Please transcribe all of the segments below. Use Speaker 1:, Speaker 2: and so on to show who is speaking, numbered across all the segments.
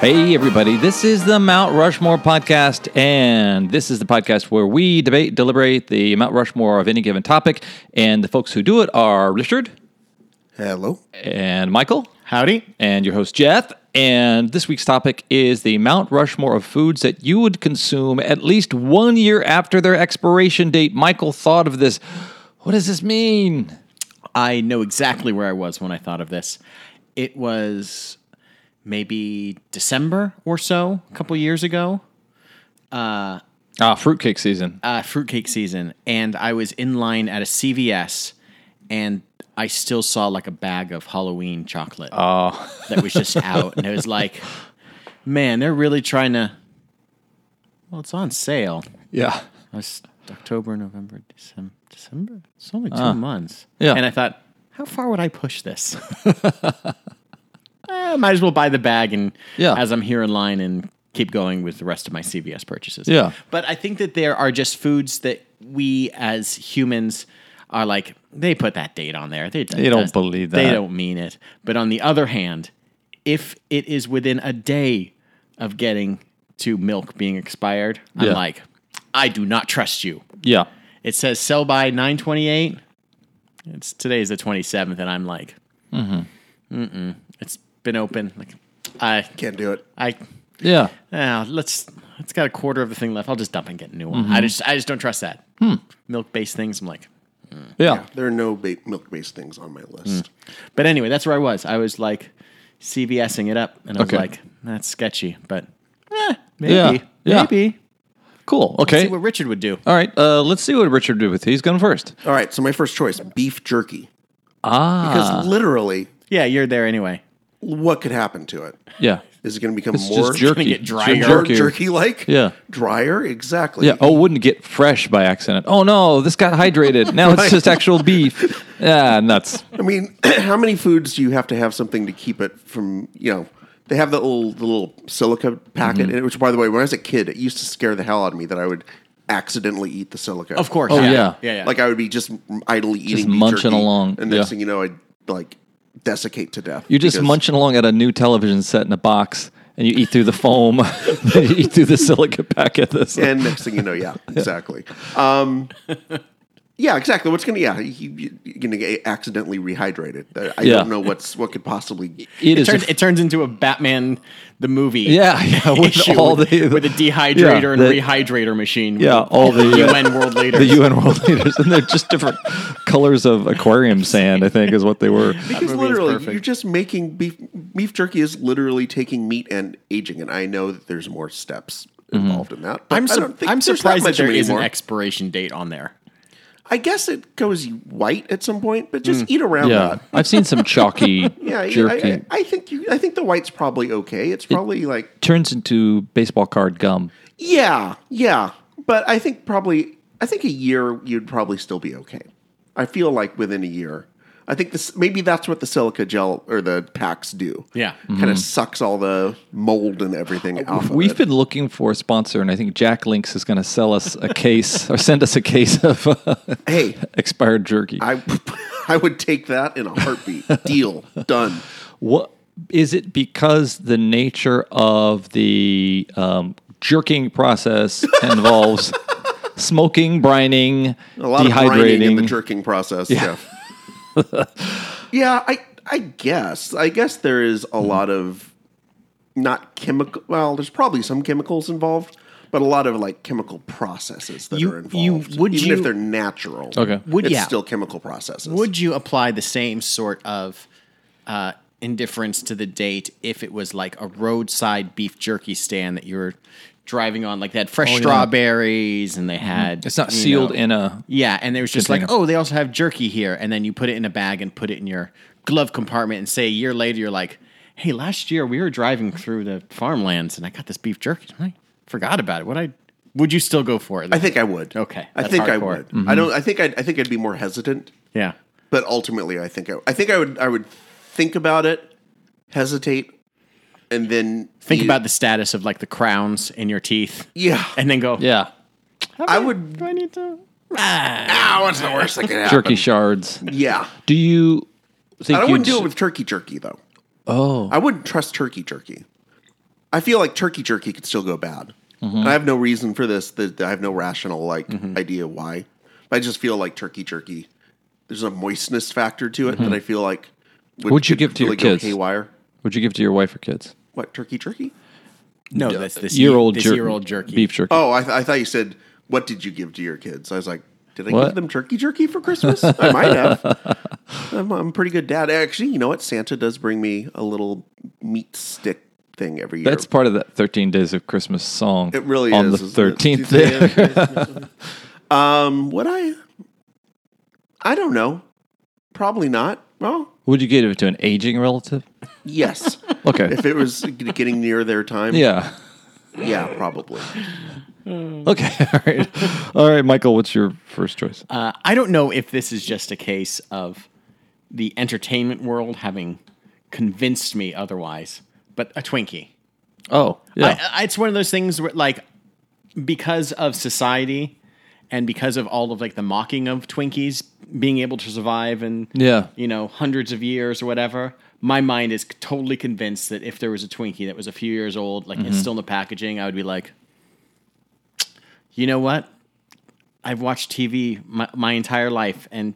Speaker 1: Hey, everybody, this is the Mount Rushmore podcast, and this is the podcast where we debate, deliberate the Mount Rushmore of any given topic. And the folks who do it are Richard
Speaker 2: Hello.
Speaker 1: and Michael
Speaker 3: Howdy.
Speaker 1: and your host, Jeff. And this week's topic is the Mount Rushmore of foods that you would consume at least one year after their expiration date. Michael thought of this. What does this mean?
Speaker 3: I know exactly where I was when I thought of this. It was maybe December or so, a couple years ago,
Speaker 1: Ah, fruitcake season.
Speaker 3: uh, fruitcake season, and I was in line at a CVS, and I still saw like a bag of Halloween chocolate that was just out, and it was like, man, they're really trying to. Well, it's on sale.
Speaker 1: Yeah.
Speaker 3: I was October, November, December. December. It's only two months.
Speaker 1: Ah. Yeah.
Speaker 3: And I thought, how far would I push this? Eh, might as well buy the bag and
Speaker 1: Yeah.
Speaker 3: as I'm here in line and keep going with the rest of my CVS purchases.
Speaker 1: Yeah.
Speaker 3: But I think that there are just foods that we as humans are like they put that date on there. They,
Speaker 1: They don't believe
Speaker 3: They
Speaker 1: that.
Speaker 3: don't mean it. But on the other hand, if it is within a day of getting to milk being expired,
Speaker 1: Yeah.
Speaker 3: I'm like, I do not trust you.
Speaker 1: Yeah.
Speaker 3: It says sell by 928. It's today's the 27th, and I'm like, mm-hmm. Mm-mm. it's been open. Like, I,
Speaker 2: Can't do it.
Speaker 3: I,
Speaker 1: Yeah.
Speaker 3: ah, let's, it's got a quarter of the thing left. I'll just dump and get a new one. I just, I just don't trust that. Milk based things. I'm like,
Speaker 1: Yeah.
Speaker 2: There are no ba- milk-based things on my list.
Speaker 3: But anyway, that's where I was. I was like CVSing it up, and I was
Speaker 1: Okay.
Speaker 3: like, that's sketchy, but eh, maybe,
Speaker 1: Yeah, yeah.
Speaker 3: maybe.
Speaker 1: Cool.
Speaker 3: See
Speaker 1: Okay.
Speaker 3: what Richard would do.
Speaker 1: All right. Uh, let's see what Richard did with. He's going first.
Speaker 2: All right, so my first choice, beef jerky.
Speaker 1: Ah.
Speaker 2: Because literally,
Speaker 3: Yeah, you're there anyway.
Speaker 2: what could happen to it?
Speaker 1: Yeah.
Speaker 2: Is it going to become
Speaker 1: It's
Speaker 2: more
Speaker 1: just jerky.
Speaker 3: get drier.
Speaker 1: Jerky.
Speaker 2: jerky like?
Speaker 1: Yeah.
Speaker 2: Drier? Exactly.
Speaker 1: Yeah. Oh, wouldn't get fresh by accident. Oh no, this got hydrated. Now it's just actual beef. Yeah, nuts.
Speaker 2: I mean, how many foods do you have to have something to keep it from, you know, they have the little, the little silica packet
Speaker 1: Mm-hmm.
Speaker 2: in it, which, by the way, when I was a kid, it used to scare the hell out of me that I would accidentally eat the silica.
Speaker 3: Of course.
Speaker 1: Oh, yeah.
Speaker 3: Yeah, yeah. yeah.
Speaker 2: Like I would be just idly eating, beef
Speaker 1: munching
Speaker 2: jerky,
Speaker 1: along.
Speaker 2: and next
Speaker 1: Yeah.
Speaker 2: thing you know, I'd like desiccate to death.
Speaker 1: You're just
Speaker 2: because-
Speaker 1: munching along at a new television set in a box, and you eat through the foam, then you eat through the silica packet. This.
Speaker 2: and next thing you know, yeah, exactly. Um, yeah, exactly. What's gonna yeah, you, you're gonna get accidentally rehydrated. Uh, I I
Speaker 1: Yeah.
Speaker 2: don't know what's what could possibly.
Speaker 1: it
Speaker 3: It,
Speaker 1: is. a-
Speaker 3: turns, it turns into a Batman the movie.
Speaker 1: yeah. Yeah. With
Speaker 3: issue
Speaker 1: all the
Speaker 3: with a dehydrator and
Speaker 1: the-
Speaker 3: rehydrator machine.
Speaker 1: Yeah,
Speaker 3: with
Speaker 1: all the, uh,
Speaker 3: UN world leaders.
Speaker 1: the UN world leaders, and they're just different colors of aquarium sand. I think is what they were.
Speaker 2: Because
Speaker 3: movie is
Speaker 2: literally,
Speaker 3: perfect.
Speaker 2: you're just making beef. Beef jerky is literally taking meat and aging, and I know that there's more steps
Speaker 1: Mm-hmm.
Speaker 2: involved in that. but
Speaker 3: I'm,
Speaker 2: I
Speaker 3: sur-
Speaker 2: don't think
Speaker 3: I'm
Speaker 2: there's that
Speaker 3: surprised that
Speaker 2: much of
Speaker 3: there
Speaker 2: it
Speaker 3: is an
Speaker 2: anymore.
Speaker 3: expiration date on there.
Speaker 2: I guess it goes white at some point, but just eat around
Speaker 1: Mm. Yeah,
Speaker 2: that.
Speaker 1: I've seen some chalky
Speaker 2: Yeah, I-
Speaker 1: jerky.
Speaker 2: I, I, I think you. I think the white's probably okay. It's probably like
Speaker 1: turns into baseball card gum.
Speaker 2: Yeah, yeah. But I think probably, I think a year you'd probably still be okay. I feel like within a year, I think this maybe that's what the silica gel or the packs do.
Speaker 3: Yeah.
Speaker 2: kind of sucks all the mold and everything off.
Speaker 1: We've
Speaker 2: of it.
Speaker 1: been looking for a sponsor, and I think Jack Links is going to sell us a case or send us a case of uh,
Speaker 2: Hey,
Speaker 1: expired jerky.
Speaker 2: I I would take that in a heartbeat. Deal done.
Speaker 1: What is it because the nature of the um, jerking process involves smoking, brining,
Speaker 2: A lot of
Speaker 1: dehydrating?
Speaker 2: brining in the jerking process. Yeah. yeah, I I guess. I guess there is
Speaker 3: Hmm.
Speaker 2: a lot of not chemical well, there's probably some chemicals involved, but a lot of like chemical processes that
Speaker 3: You-
Speaker 2: are
Speaker 3: you-
Speaker 2: involved.
Speaker 3: would
Speaker 2: even
Speaker 3: you-
Speaker 2: if they're natural.
Speaker 1: Okay.
Speaker 3: Would-
Speaker 2: it's
Speaker 3: yeah.
Speaker 2: still chemical processes.
Speaker 3: Would you apply the same sort of uh, indifference to the date if it was like a roadside beef jerky stand that you were driving on, like they had fresh strawberries and they had
Speaker 1: Oh, Mm-hmm. it's not
Speaker 3: you
Speaker 1: sealed
Speaker 3: know-
Speaker 1: in a.
Speaker 3: Yeah, and they was just like,
Speaker 1: container.
Speaker 3: oh, they also have jerky here, and then you put it in a bag and put it in your glove compartment, and say a year later you're like, hey, last year we were driving through the farmlands and I got this beef jerky, and I forgot about it. What I would you still go for it?
Speaker 2: I think I would.
Speaker 3: Okay,
Speaker 2: I
Speaker 3: that's
Speaker 2: think I
Speaker 3: hardcore. Mm-hmm.
Speaker 2: would. I don't I think I'd I think I'd be more hesitant.
Speaker 3: yeah.
Speaker 2: But ultimately, I think I, I think I would I would think about it, hesitate, and then
Speaker 3: Think
Speaker 2: you-
Speaker 3: about the status of like the crowns in your teeth.
Speaker 2: yeah.
Speaker 3: and then go.
Speaker 1: Yeah,
Speaker 2: I would.
Speaker 3: I need to?
Speaker 2: Ah, what's the worst that could happen?
Speaker 1: jerky shards.
Speaker 2: Yeah,
Speaker 1: Do you think
Speaker 2: I
Speaker 1: you
Speaker 2: wouldn't do it with turkey jerky though. Oh, I wouldn't trust turkey jerky. I feel like turkey jerky could still go bad.
Speaker 1: Mm-hmm.
Speaker 2: And I have no reason for this. That I have no rational like idea why. But I just feel like turkey jerky. There's a moistness factor to it that I feel like. Would,
Speaker 1: Mm-hmm. What'd you
Speaker 2: could
Speaker 1: give to your
Speaker 2: really go
Speaker 1: kids?
Speaker 2: Haywire.
Speaker 1: Would you give to your wife or kids?
Speaker 2: What turkey jerky?
Speaker 3: No, this this
Speaker 1: Year old
Speaker 3: this
Speaker 1: jerky,
Speaker 3: year old jerky.
Speaker 1: beef jerky.
Speaker 2: Oh, I, th- I thought you said what did you give to your kids? I was like, did I
Speaker 1: What?
Speaker 2: give them turkey jerky for Christmas? I might have. I'm, I'm a pretty good dad, actually. You know what? Santa does bring me a little meat stick thing every year.
Speaker 1: That's part of that 13 Days of Christmas song.
Speaker 2: It really
Speaker 1: on
Speaker 2: is
Speaker 1: the
Speaker 2: isn't it?
Speaker 1: 13th
Speaker 2: Tuesday,
Speaker 1: day.
Speaker 2: uh, um, would I? I don't know. Probably not. Well,
Speaker 1: Would you give it to an aging relative?
Speaker 2: yes.
Speaker 1: Okay.
Speaker 2: if it was getting near their time,
Speaker 1: yeah.
Speaker 2: yeah, probably. Mm.
Speaker 1: Okay. All right. All right, Michael, what's your first choice?
Speaker 3: Uh, I don't know if this is just a case of the entertainment world having convinced me otherwise, but a Twinkie.
Speaker 1: oh, yeah.
Speaker 3: I, uh, I, it's one of those things where, like, because of society and because of all of like the mocking of Twinkies being able to survive and
Speaker 1: Yeah.
Speaker 3: you know hundreds of years or whatever, my mind is totally convinced that if there was a Twinkie that was a few years old, like
Speaker 1: Mm-hmm.
Speaker 3: it's still in the packaging, I would be like, you know what? I've watched TV my, my entire life and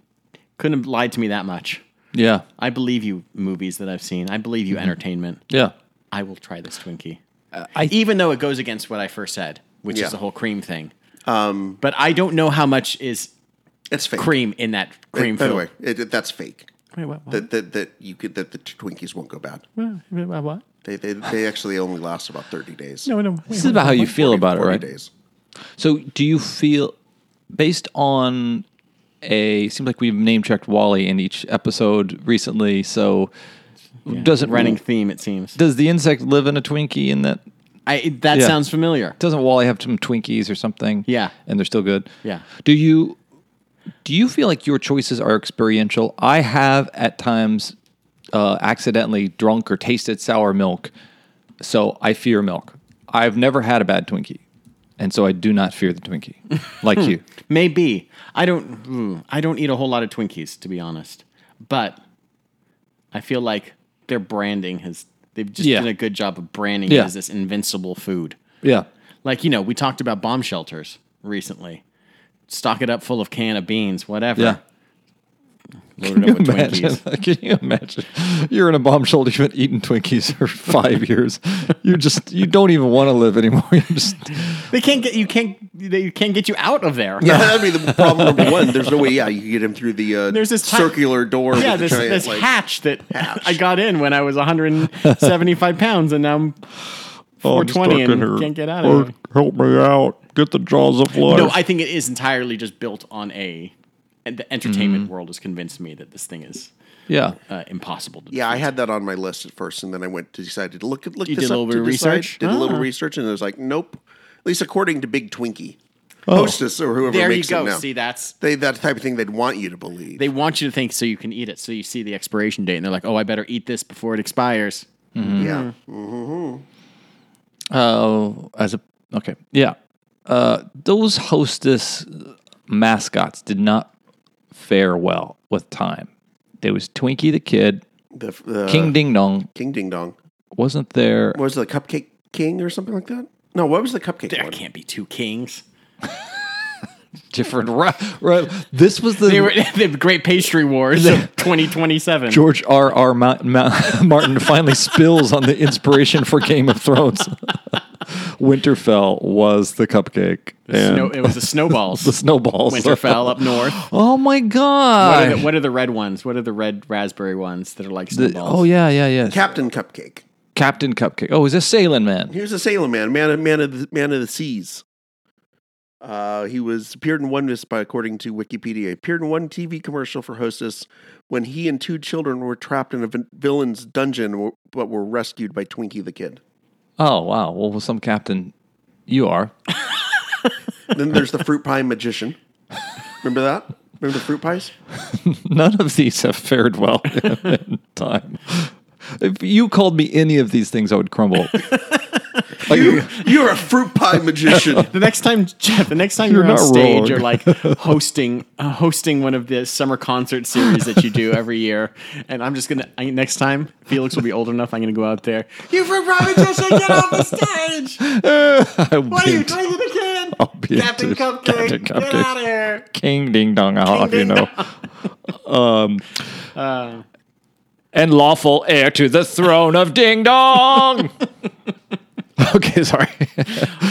Speaker 3: couldn't have lied to me that much.
Speaker 1: yeah.
Speaker 3: I believe you movies that I've seen. I believe
Speaker 1: Mm-hmm.
Speaker 3: you entertainment.
Speaker 1: Yeah.
Speaker 3: I will try this Twinkie.
Speaker 1: I-
Speaker 3: Even though it goes against what I first said, which
Speaker 2: Uh, Yeah.
Speaker 3: is the whole cream thing. Um, but I don't know how much is
Speaker 2: It's fake.
Speaker 3: cream in that cream
Speaker 2: By the
Speaker 3: film.
Speaker 2: way, it, it- that's fake.
Speaker 3: Wait, what? What?
Speaker 2: That, that that you could that the Twinkies won't go bad.
Speaker 3: Wait, what, what?
Speaker 2: They they, they actually only last about thirty days.
Speaker 3: No, no.
Speaker 1: This is about how you feel about it,
Speaker 2: 40
Speaker 1: right?
Speaker 2: Days.
Speaker 1: So, do you feel, based on a, seems like we've name checked Wally in each episode recently. So, doesn't
Speaker 3: running theme, it seems.
Speaker 1: does the insect live in a Twinkie? In that
Speaker 3: I, that
Speaker 1: Yeah.
Speaker 3: sounds familiar.
Speaker 1: doesn't Wally have some Twinkies or something?
Speaker 3: Yeah.
Speaker 1: and they're still good.
Speaker 3: Yeah.
Speaker 1: Do you do you feel like your choices are experiential? I have at times uh, accidentally drunk or tasted sour milk, so I fear milk. I've never had a bad Twinkie, and so I do not fear the Twinkie like you.
Speaker 3: Maybe I don't. mm, I don't eat a whole lot of Twinkies, to be honest. But I feel like their branding has. They've just
Speaker 1: Yeah.
Speaker 3: done a good job of branding
Speaker 1: Yeah.
Speaker 3: it as this invincible food.
Speaker 1: Yeah.
Speaker 3: Like you know, we talked about bomb shelters recently. Stock it up full of can of beans, whatever.
Speaker 1: Yeah.
Speaker 3: Load it up with
Speaker 1: Imagine,
Speaker 3: Twinkies.
Speaker 1: can you imagine? You're in a bomb shelter. You've been eating Twinkies for five years. You just you don't even want to live anymore. You just
Speaker 3: They can't get you. Can't they can't get you out of there?
Speaker 2: Yeah, that'd be the problem number one. There's no way. Yeah, you could get him through the uh,
Speaker 3: There's this ti-
Speaker 2: circular door.
Speaker 3: Yeah,
Speaker 2: with the
Speaker 3: this,
Speaker 2: giant,
Speaker 3: this
Speaker 2: like-
Speaker 3: hatch that I got in when I was 175 pounds, and now I'm
Speaker 2: Oh,
Speaker 4: I'm
Speaker 3: 420
Speaker 4: stuck in
Speaker 3: and
Speaker 4: here.
Speaker 3: can't get out
Speaker 4: Or
Speaker 3: of it.
Speaker 4: Help me out. Get the jaws of life.
Speaker 3: No, I think it is entirely just built on a. And the entertainment
Speaker 2: Mm-hmm.
Speaker 3: world has convinced me that this thing is
Speaker 1: yeah.
Speaker 3: uh, impossible. To
Speaker 2: Yeah, I had that on my list at first, and then I went to decided to look at look
Speaker 3: You
Speaker 2: this
Speaker 3: did a
Speaker 2: up
Speaker 3: little
Speaker 2: to
Speaker 3: bit of
Speaker 2: decide,
Speaker 3: research?
Speaker 2: Did a little
Speaker 3: Ah.
Speaker 2: research, and I was like, nope. At least according to Big Twinkie,
Speaker 3: Oh.
Speaker 2: Hostess or whoever
Speaker 3: There you
Speaker 2: makes it
Speaker 3: go.
Speaker 2: now,
Speaker 3: See, that's
Speaker 2: they that type of thing they'd want you to believe.
Speaker 3: they want you to think so you can eat it. So you see the expiration date, and they're like, "Oh, I better eat this before it expires."
Speaker 2: yeah,
Speaker 3: Mm.
Speaker 1: Oh, as a okay, yeah. Uh, those hostess mascots did not fare well with time. There was Twinkie the Kid,
Speaker 2: the, f- the
Speaker 1: King Ding Dong
Speaker 2: King Ding Dong
Speaker 1: wasn't there.
Speaker 2: What was it, the Cupcake King or something like that. No, what was the Cupcake
Speaker 3: There
Speaker 2: one?
Speaker 3: can't be two kings.
Speaker 1: Different, right, right? This was the
Speaker 3: They were the Great Pastry Wars of 2027.
Speaker 1: George R. R. Ma- Ma- Martin finally spills on the inspiration for Game of Thrones. Winterfell was the cupcake and
Speaker 3: Snow- it was the snowballs.
Speaker 1: the snowballs.
Speaker 3: Winterfell up north.
Speaker 1: Oh my
Speaker 3: What
Speaker 1: god!
Speaker 3: are, the, what are the red ones? What are the red raspberry ones that are like
Speaker 1: The-
Speaker 3: snowballs?
Speaker 1: oh yeah, yeah, yeah.
Speaker 2: Captain Cupcake.
Speaker 1: Captain Cupcake. Oh, is this Sailing Man?
Speaker 2: He was a sailor man, man of man of the, man of the seas. Uh, he was appeared in one by according to Wikipedia. Appeared in one TV commercial for Hostess when he and two children were trapped in a vi- villain's dungeon, w- but were rescued by Twinkie the Kid.
Speaker 1: Oh wow! Well, with some captain, you are.
Speaker 2: then there's the fruit pie magician. Remember that? Remember the fruit pies?
Speaker 1: None of these have fared well in time. If you called me any of these things, I would crumble.
Speaker 2: you, you're a fruit pie magician.
Speaker 3: The next time, Jeff, the next time you're,
Speaker 4: You're
Speaker 3: on
Speaker 4: not
Speaker 3: stage
Speaker 4: wrong.
Speaker 3: or like hosting uh, hosting one of the summer concert series that you do every year, and I'm just gonna I, next time Felix will be old enough. I'm gonna go out there. You from Providence? Get off the stage!
Speaker 1: I'll
Speaker 3: What are you
Speaker 1: beat-
Speaker 3: drinking again?
Speaker 1: I'll beat
Speaker 3: Captain
Speaker 1: it.
Speaker 3: Cupcake,
Speaker 1: Captain
Speaker 3: get
Speaker 1: Cupcake.
Speaker 3: out of here!
Speaker 1: King ding dong, I'll have you
Speaker 3: ding Uh,
Speaker 1: know. um, and lawful heir to the throne of ding dong. okay, sorry.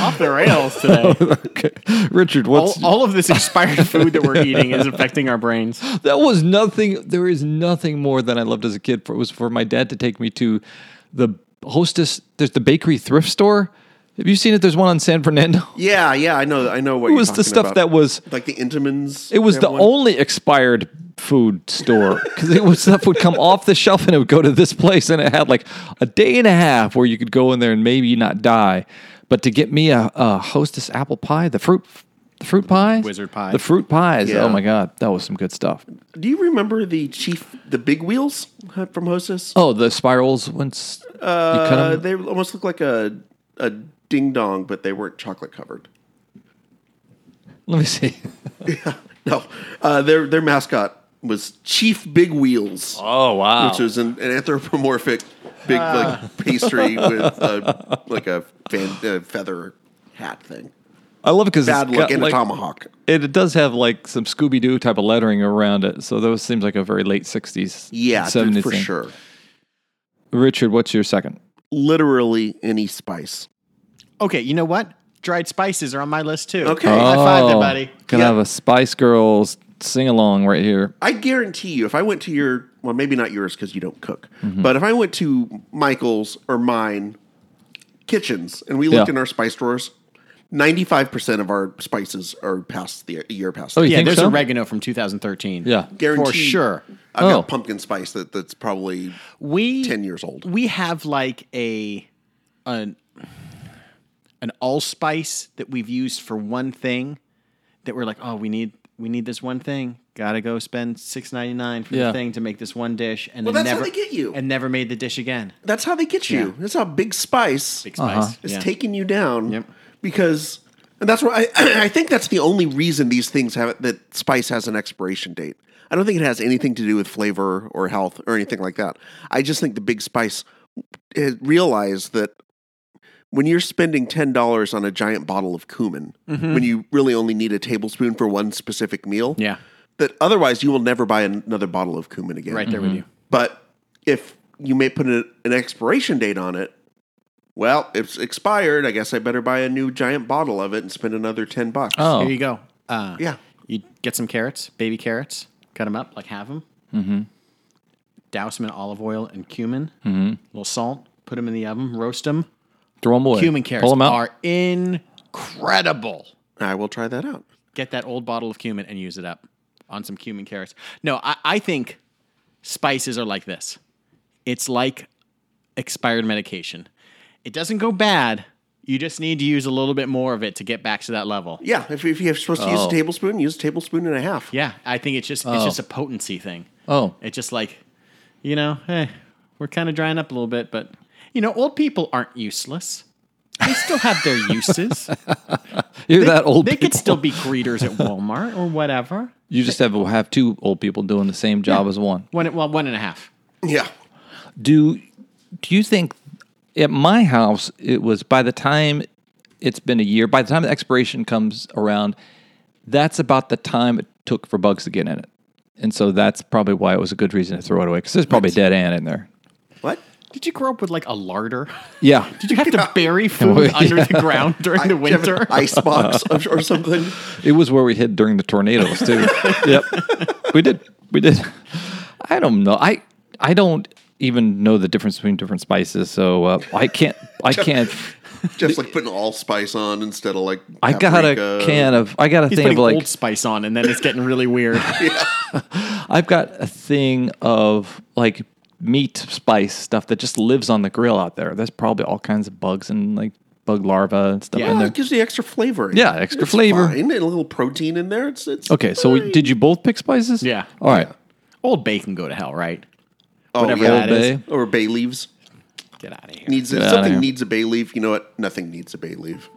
Speaker 3: Off the rails today.
Speaker 1: okay. Richard,
Speaker 3: all,
Speaker 1: what's
Speaker 3: all of this expired food that we're eating is affecting our brains.
Speaker 1: that was nothing. There is nothing more than I loved as a kid. For, it was for my dad to take me to the hostess. There's the bakery thrift store. Have you seen it? There's one on San Fernando.
Speaker 2: yeah, yeah, I know, I know what
Speaker 1: It
Speaker 2: you're
Speaker 1: was the
Speaker 2: talking
Speaker 1: stuff
Speaker 2: about.
Speaker 1: that was.
Speaker 2: like the Intamins.
Speaker 1: It was
Speaker 2: that
Speaker 1: the
Speaker 2: one?
Speaker 1: only expired food store because it was stuff would come off the shelf and it would go to this place and it had like a day and a half where you could go in there and maybe not die. But to get me a, a hostess apple pie, the fruit, the fruit pies,
Speaker 3: Wizard pie.
Speaker 1: the fruit pies.
Speaker 2: Yeah.
Speaker 1: Oh my god, that was some good stuff.
Speaker 2: Do you remember the chief, the big wheels uh, from Hostess?
Speaker 1: Oh, the spirals once you cut
Speaker 2: Uh,
Speaker 1: 'em.
Speaker 2: they almost look like a a ding dong, but they weren't chocolate covered.
Speaker 1: Let me see.
Speaker 2: No, uh, their their mascot was Chief Big Wheels,
Speaker 1: Oh wow,
Speaker 2: which was an, an anthropomorphic big
Speaker 1: Ah.
Speaker 2: like pastry with uh like a fan, uh, feather hat thing.
Speaker 1: I love it because
Speaker 2: Bad
Speaker 1: it's
Speaker 2: look
Speaker 1: got,
Speaker 2: and a
Speaker 1: like,
Speaker 2: tomahawk.
Speaker 1: It, it does have like some Scooby Doo type of lettering around it, so those seems like a very late sixties,
Speaker 2: Yeah, dude,
Speaker 1: 70s
Speaker 2: for
Speaker 1: thing.
Speaker 2: sure.
Speaker 1: Richard, what's your second?
Speaker 2: Literally any spice.
Speaker 3: Okay, you know what? Dried spices are on my list too.
Speaker 2: Okay.
Speaker 3: high five there,
Speaker 1: Oh,
Speaker 3: buddy.
Speaker 1: Gonna
Speaker 2: Yeah.
Speaker 1: have a Spice Girls sing along right here.
Speaker 2: I guarantee you, if I went to your, well, maybe not yours because you don't cook, but if I went to Michael's or mine kitchens and we looked
Speaker 1: Yeah.
Speaker 2: in our spice drawers, ninety-five percent of our spices are past the a year past.
Speaker 1: Oh,
Speaker 2: the-
Speaker 1: You
Speaker 3: Yeah,
Speaker 1: think
Speaker 3: there's
Speaker 1: so?
Speaker 3: oregano from 2013.
Speaker 1: Yeah.
Speaker 2: guaranteed
Speaker 3: for sure.
Speaker 2: I've
Speaker 1: Oh.
Speaker 2: got pumpkin spice that, that's probably
Speaker 3: We
Speaker 2: 10 years old.
Speaker 3: We have like a an an allspice that we've used for one thing that we're like, oh, we need we need this one thing. Gotta go spend six ninety nine for
Speaker 1: Yeah.
Speaker 3: the thing to make this one dish, and
Speaker 2: Well,
Speaker 3: then
Speaker 2: that's how
Speaker 3: never
Speaker 2: they get you.
Speaker 3: and never made the dish again.
Speaker 2: that's how they get you. That's how Big Spice
Speaker 3: Big spice.
Speaker 2: is
Speaker 3: Yeah.
Speaker 2: taking you down.
Speaker 3: Yep.
Speaker 2: Because. And that's why I, I think that's the only reason these things have that spice has an expiration date. I don't think it has anything to do with flavor or health or anything like that. I just think the big spice had realized that when you're spending ten dollars on a giant bottle of cumin,
Speaker 3: Mm-hmm.
Speaker 2: when you really only need a tablespoon for one specific meal,
Speaker 3: yeah,
Speaker 2: that otherwise you will never buy another bottle of cumin again.
Speaker 3: right there
Speaker 1: Mm-hmm.
Speaker 3: with you.
Speaker 2: But if you may put an, an expiration date on it, well, it's expired. I guess I better buy a new giant bottle of it and spend another 10 bucks.
Speaker 1: Oh,
Speaker 3: Here you go. Uh,
Speaker 2: Yeah.
Speaker 3: You get some carrots, baby carrots, cut them up, like have them. Mm-hmm. Douse them in olive oil and cumin, mm-hmm. a little salt, put them in the oven, roast them.
Speaker 1: throw them away.
Speaker 3: Cumin carrots
Speaker 1: Pull them out.
Speaker 3: are incredible.
Speaker 2: I will try that out.
Speaker 3: Get that old bottle of cumin and use it up on some cumin carrots. No, I, I think spices are like this. It's like expired medication. It doesn't go bad. You just need to use a little bit more of it to get back to that level.
Speaker 2: Yeah, if, if you're supposed to use a
Speaker 1: Oh.
Speaker 2: tablespoon, use a tablespoon and a half.
Speaker 3: Yeah, I think it's just it's just a potency thing.
Speaker 1: oh,
Speaker 3: It's just like, you know, hey, we're kind of drying up a little bit, but you know, old people aren't useless. They still have their uses.
Speaker 1: you're that old.
Speaker 3: they
Speaker 1: people.
Speaker 3: could still be greeters at Walmart or whatever.
Speaker 1: You just have have two old people doing the same job as one.
Speaker 3: One, well, one and a half.
Speaker 2: Yeah.
Speaker 1: Do Do you think at my house it was by the time it's been a year, by the time the expiration comes around, that's about the time it took for bugs to get in it, and so that's probably why it was a good reason to throw it away because there's probably a dead ant in there.
Speaker 2: What?
Speaker 3: Did you grow up with like a larder?
Speaker 1: Yeah,
Speaker 3: Did you have to bury food under the ground during the
Speaker 2: Do you have an
Speaker 3: winter?
Speaker 2: Ice box or, or something.
Speaker 1: It was where we hid during the tornadoes too. yep, we did. We did. I don't know. I I don't even know the difference between different spices, so uh, I can't. I can't.
Speaker 2: Just like putting allspice on instead of like.
Speaker 1: I got a
Speaker 2: paprika.
Speaker 1: can of. I got a
Speaker 3: He's
Speaker 1: thing
Speaker 3: putting
Speaker 1: of like.
Speaker 3: Old Spice on, and then it's getting really weird.
Speaker 1: I've got a thing of like meat spice stuff that just lives on the grill out there. There's probably all kinds of bugs and like bug larvae and stuff
Speaker 3: Yeah.
Speaker 1: in
Speaker 2: Yeah,
Speaker 1: there.
Speaker 2: it gives you extra flavor.
Speaker 1: Yeah, extra
Speaker 2: It's
Speaker 1: flavor.
Speaker 2: fine, And a little protein in there. It's, it's
Speaker 1: Okay, so we, did you both pick spices?
Speaker 3: Yeah.
Speaker 1: All right.
Speaker 3: Old Bay can go to hell, right?
Speaker 2: oh,
Speaker 3: whatever
Speaker 2: yeah.
Speaker 3: that is.
Speaker 1: Bay.
Speaker 2: Or bay leaves.
Speaker 3: Get out of here.
Speaker 2: Needs if
Speaker 1: outta
Speaker 2: something
Speaker 1: here.
Speaker 2: needs a bay leaf. You know what? Nothing needs a bay leaf.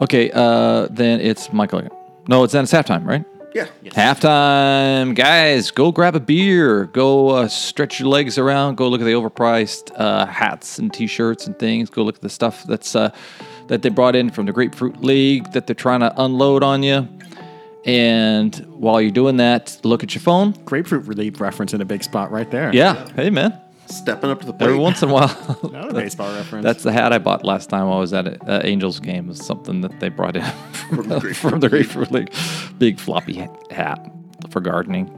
Speaker 1: Okay, uh, then it's Michael. again. No, it's then it's halftime, right?
Speaker 2: Yeah.
Speaker 1: Halftime, guys, go grab a beer, go uh, stretch your legs around, go look at the overpriced uh, hats and t-shirts and things. Go look at the stuff that's uh, that they brought in from the Grapefruit League that they're trying to unload on you. And while you're doing that, look at your phone.
Speaker 3: Grapefruit relief reference in a big spot right there.
Speaker 1: Yeah, hey man,
Speaker 2: Stepping up to the plate.
Speaker 1: every once in a while.
Speaker 3: Not a baseball reference.
Speaker 1: That's the hat I bought last time I was at an uh, Angels game. It was something that they brought in from,
Speaker 2: the
Speaker 1: the,
Speaker 2: Grapefruit
Speaker 1: from the Grapefruit League. Big floppy ha- hat for gardening.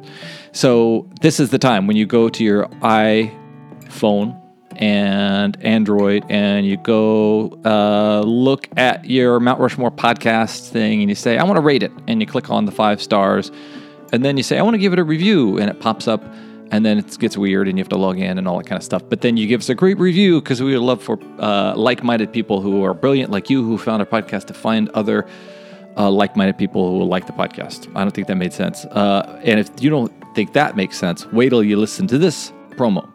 Speaker 1: So this is the time when you go to your iPhone and Android and you go uh, look at your Mount Rushmore podcast thing and you say, I want to rate it. And you click on the five stars. And then you say, I want to give it a review. And it pops up and then it gets weird and you have to log in and all that kind of stuff. But then you give us a great review because we would love for uh, like minded people who are brilliant like you who found our podcast to find other uh, like minded people who will like the podcast. I don't think that made sense. Uh, and if you don't think that makes sense, wait till you listen to this promo.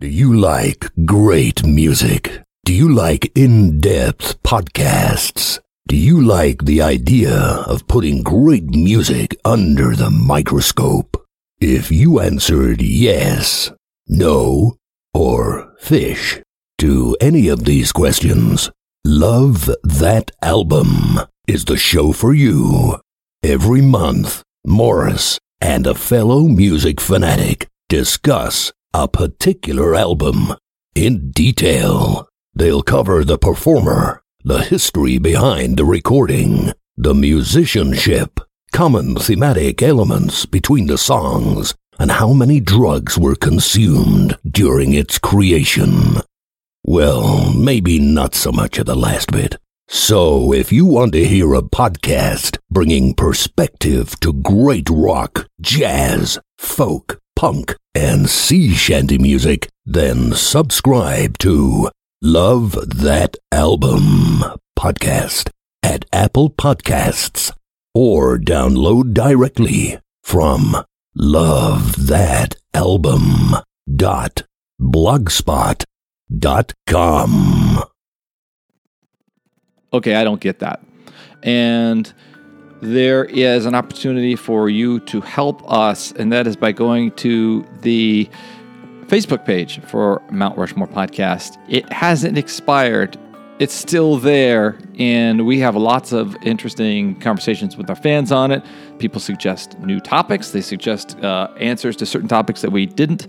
Speaker 5: Do you like great music? Do you like in depth podcasts? Do you like the idea of putting great music under the microscope? If you answered yes, no, or fish to any of these questions, Love That Album is the show for you. Every month, Morris and a fellow music fanatic discuss a particular album in detail. They'll cover the performer, the history behind the recording, the musicianship, common thematic elements between the songs, and how many drugs were consumed during its creation. Well, maybe not so much of the last bit. So, if you want to hear a podcast bringing perspective to great rock, jazz, folk, punk, and sea shanty music, then subscribe to Love That Album podcast at Apple Podcasts or download directly from lovethatalbum.blogspot.com.
Speaker 1: Okay, I don't get that. And there is an opportunity for you to help us, and that is by going to the Facebook page for Mount Rushmore Podcast. It hasn't expired. It's still there, and we have lots of interesting conversations with our fans on it. People suggest new topics, they suggest uh, answers to certain topics that we didn't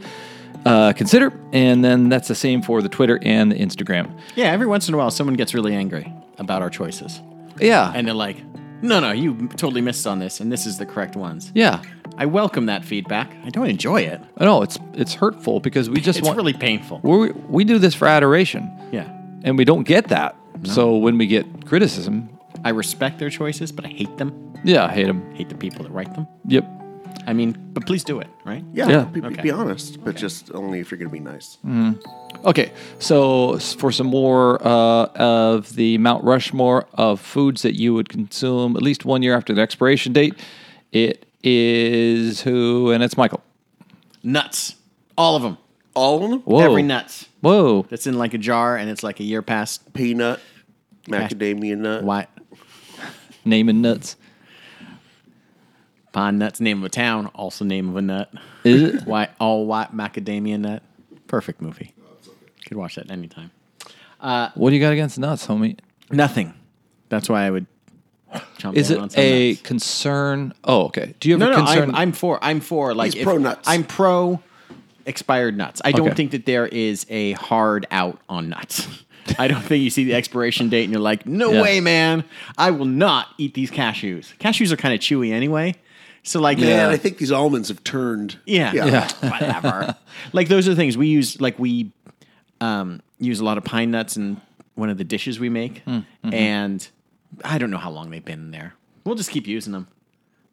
Speaker 1: uh, consider, and then that's the same for the Twitter and the Instagram.
Speaker 3: yeah, every once in a while someone gets really angry about our choices.
Speaker 1: Yeah.
Speaker 3: And they're like, no, no, you m- totally missed on this, and this is the correct ones.
Speaker 1: yeah.
Speaker 3: I welcome that feedback. I don't enjoy it.
Speaker 1: No, it's it's hurtful because we just
Speaker 3: It's
Speaker 1: want
Speaker 3: really painful.
Speaker 1: we we do this for adoration,
Speaker 3: Yeah.
Speaker 1: and we don't get that. So when we get criticism,
Speaker 3: I respect their choices, but I hate them.
Speaker 1: yeah, I hate them.
Speaker 3: hate the people that write them.
Speaker 1: Yep.
Speaker 3: I mean, but please do it, right?
Speaker 2: yeah.
Speaker 1: Yeah. Mm.
Speaker 2: Be, be-
Speaker 3: Okay.
Speaker 2: be honest, but just only if you're gonna be nice.
Speaker 1: Okay, so s- for some more uh, of the Mount Rushmore of foods that you would consume at least one year after the expiration date, it is who, and it's Michael.
Speaker 3: Nuts. All of them.
Speaker 2: All of them.
Speaker 1: Whoa.
Speaker 3: Every nuts.
Speaker 1: Whoa.
Speaker 3: That's in like a jar and it's like a year past.
Speaker 2: Peanut, macadamia nut.
Speaker 3: Why?
Speaker 1: Naming nuts.
Speaker 3: Pine nuts, name of a town, also name of a nut.
Speaker 1: Is it?
Speaker 3: White, all white macadamia nut. Perfect movie. Could watch that anytime.
Speaker 1: what do you got against nuts, homie?
Speaker 3: Nothing. That's why I would. Chomp
Speaker 1: Is
Speaker 3: down
Speaker 1: it
Speaker 3: on some
Speaker 1: a
Speaker 3: nuts.
Speaker 1: concern? Oh, okay. Do you have
Speaker 3: No,
Speaker 1: a
Speaker 3: no,
Speaker 1: concern?
Speaker 3: I'm, I'm for. I'm for like
Speaker 2: He's pro nuts.
Speaker 3: I'm pro expired nuts. I don't
Speaker 1: Okay.
Speaker 3: think that there is a hard out on nuts. I don't think you see the expiration date and you're like, no
Speaker 1: Yeah.
Speaker 3: way, man. I will not eat these cashews. Cashews are kind of chewy anyway. So like,
Speaker 2: Man,
Speaker 3: uh,
Speaker 2: I think these almonds have turned.
Speaker 3: yeah, whatever. like those are the things we use. Like we um, use a lot of pine nuts in one of the dishes we make, and I don't know how long they've been in there. We'll just keep using them.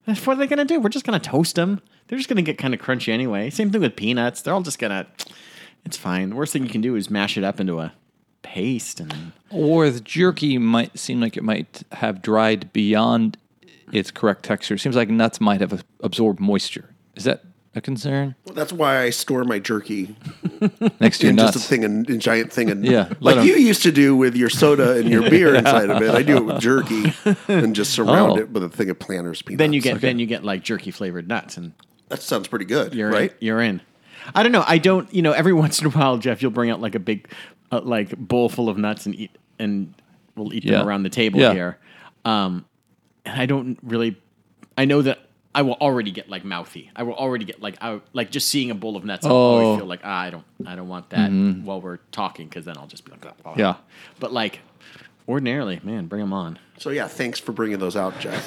Speaker 3: That's what are they gonna do? We're just gonna toast them. They're just gonna get kind of crunchy anyway. Same thing with peanuts. They're all just gonna. It's fine. The worst thing you can do is mash it up into a paste, and then
Speaker 1: Or the jerky might seem like it might have dried beyond its correct texture. Seems like nuts might have absorbed moisture. Is that a concern?
Speaker 2: That's why I store my jerky
Speaker 1: Next to your
Speaker 2: in
Speaker 1: nuts.
Speaker 2: just a thing, and in giant thing, and
Speaker 1: Yeah, let
Speaker 2: like
Speaker 1: 'em.
Speaker 2: you used to do with your soda and your beer inside of it. I do it with jerky and just surround
Speaker 1: Oh.
Speaker 2: it with a thing of planters peanuts.
Speaker 3: Then you get then you get like jerky flavored nuts, and
Speaker 2: that sounds pretty good,
Speaker 3: you're
Speaker 2: right?
Speaker 3: in, you're in. I don't know. I don't. You know, every once in a while, Jeff, you'll bring out like a big uh, like bowl full of nuts and eat, and we'll eat
Speaker 1: Yeah.
Speaker 3: them around the table
Speaker 1: Yeah.
Speaker 3: here. Um, and I don't really. I know that I will already get like mouthy. I will already get like I like just seeing a bowl of nuts. I'll
Speaker 1: Oh. Mm-hmm.
Speaker 3: already feel like ah, I don't I don't want that while we're talking because then I'll just be like "Oh."
Speaker 1: Yeah.
Speaker 3: But like ordinarily, man, bring them on.
Speaker 2: So yeah, thanks for bringing those out, Jeff.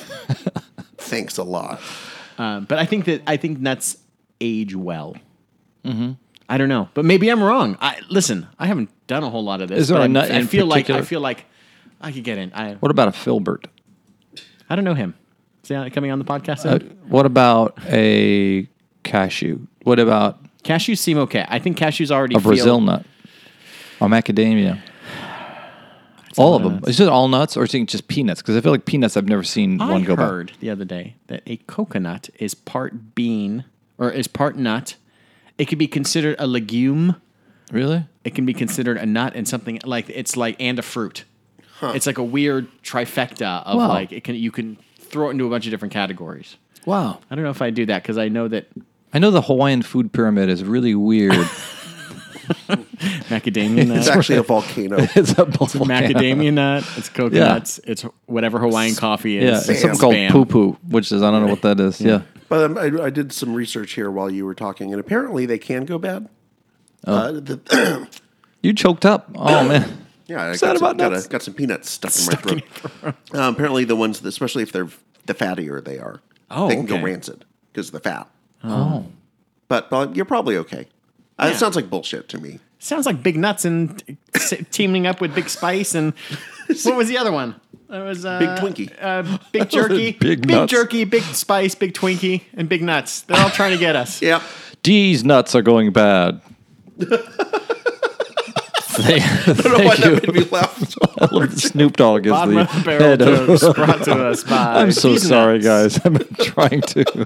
Speaker 2: thanks a lot.
Speaker 3: Um, but I think that I think nuts age well. Mm-hmm. I don't know, but maybe I'm wrong. I listen. I haven't done a whole lot of this.
Speaker 1: Is there
Speaker 3: but
Speaker 1: a
Speaker 3: I'm-
Speaker 1: nut
Speaker 3: I
Speaker 1: in
Speaker 3: feel like I
Speaker 1: particular?
Speaker 3: feel like I could get in. I
Speaker 1: what about a filbert?
Speaker 3: I don't know him. Is he coming on the podcast?
Speaker 1: Uh, what about a cashew? What about
Speaker 3: cashews seem okay. I think cashews already
Speaker 1: a Brazil
Speaker 3: feel,
Speaker 1: nut? Or macadamia? All of them. Is it all nuts or is it just peanuts? Because I feel like peanuts I've never seen
Speaker 3: I
Speaker 1: one go back.
Speaker 3: heard the other day that a coconut is part bean or is part nut. It could be considered a legume.
Speaker 1: Really?
Speaker 3: It can be considered a nut and something like it's like and a fruit. It's like a weird trifecta of
Speaker 1: Wow.
Speaker 3: like it can you can throw it into a bunch of different categories.
Speaker 1: Wow.
Speaker 3: I don't know if I do that because I know that
Speaker 1: I know the Hawaiian food pyramid is really weird.
Speaker 3: macadamia
Speaker 2: It's
Speaker 3: nut,
Speaker 2: actually a volcano.
Speaker 1: it's a
Speaker 3: macadamia nut, it's coconuts, it's whatever Hawaiian coffee
Speaker 1: Yeah,
Speaker 3: is.
Speaker 1: it's something
Speaker 3: Spam.
Speaker 1: called poo poo, which is I don't know what that is. Yeah.
Speaker 2: But um, I, I did some research here while you were talking, and apparently they can go bad.
Speaker 1: Oh.
Speaker 2: Uh, the,
Speaker 1: You choked up. Oh man.
Speaker 2: yeah, I got
Speaker 1: Is that
Speaker 2: some,
Speaker 1: about
Speaker 2: got,
Speaker 1: nuts?
Speaker 2: a, got some peanuts stuck, in my throat. Uh, apparently, the ones, that, especially if they're the fattier they are,
Speaker 3: Oh,
Speaker 2: they can
Speaker 3: okay.
Speaker 2: go rancid because of the fat. Um,
Speaker 1: Oh.
Speaker 2: But, but you're probably okay. Uh, It sounds like bullshit to me.
Speaker 3: Sounds like Big Nuts and s- teaming up with Big Spice and what was the other one? That was uh,
Speaker 2: Big Twinkie.
Speaker 3: uh, Big Jerky,
Speaker 1: Big Nuts.
Speaker 3: Jerky, Big Spice, Big Twinkie, and Big Nuts. They're all trying to get us.
Speaker 2: Yeah,
Speaker 1: These nuts are going bad. Thank,
Speaker 2: I don't know why
Speaker 1: thank you.
Speaker 2: that made me laugh.
Speaker 1: I love that Snoop Dogg is
Speaker 3: Bottom
Speaker 1: the
Speaker 3: of the barrel
Speaker 1: head of.
Speaker 3: jokes brought to us by.
Speaker 1: I'm so
Speaker 3: Big
Speaker 1: sorry,
Speaker 3: Nuts.
Speaker 1: guys. I've been trying to.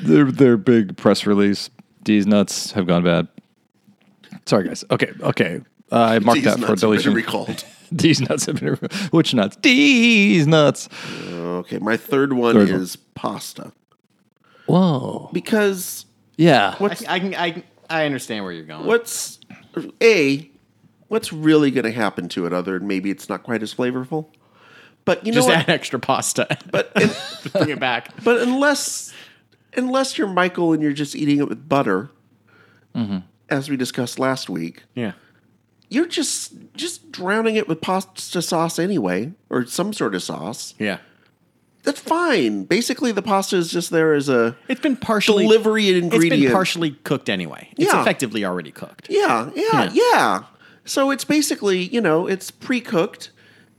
Speaker 1: their their big press release. These nuts have gone bad. Sorry, guys. Okay, okay. Uh, I marked
Speaker 2: These
Speaker 1: that for
Speaker 2: nuts have been
Speaker 1: deletion.
Speaker 2: recalled.
Speaker 1: These nuts have been. Which nuts? These nuts.
Speaker 2: Okay, my third one
Speaker 1: Third one.
Speaker 2: is pasta
Speaker 1: Whoa.
Speaker 2: because
Speaker 1: Yeah.
Speaker 2: what's
Speaker 3: I, I can I I understand where you're going.
Speaker 2: what's a what's really going to happen to it other than maybe it's not quite as flavorful. But you
Speaker 3: Just
Speaker 2: know
Speaker 3: add
Speaker 2: what?
Speaker 3: extra pasta.
Speaker 2: But it,
Speaker 3: Bring it back.
Speaker 2: but unless unless you're Michael and you're just eating it with butter,
Speaker 3: Mm-hmm.
Speaker 2: as we discussed last week,
Speaker 3: Yeah.
Speaker 2: you're just just drowning it with pasta sauce anyway, or some sort of sauce.
Speaker 3: Yeah.
Speaker 2: That's fine. Basically, the pasta is just there as a
Speaker 3: It's been partially
Speaker 2: Delivery and
Speaker 3: It's been
Speaker 2: ingredient.
Speaker 3: partially cooked anyway. It's
Speaker 2: Yeah.
Speaker 3: effectively already cooked.
Speaker 2: Yeah, yeah,
Speaker 3: Yeah.
Speaker 2: yeah. So it's basically, you know, it's pre-cooked,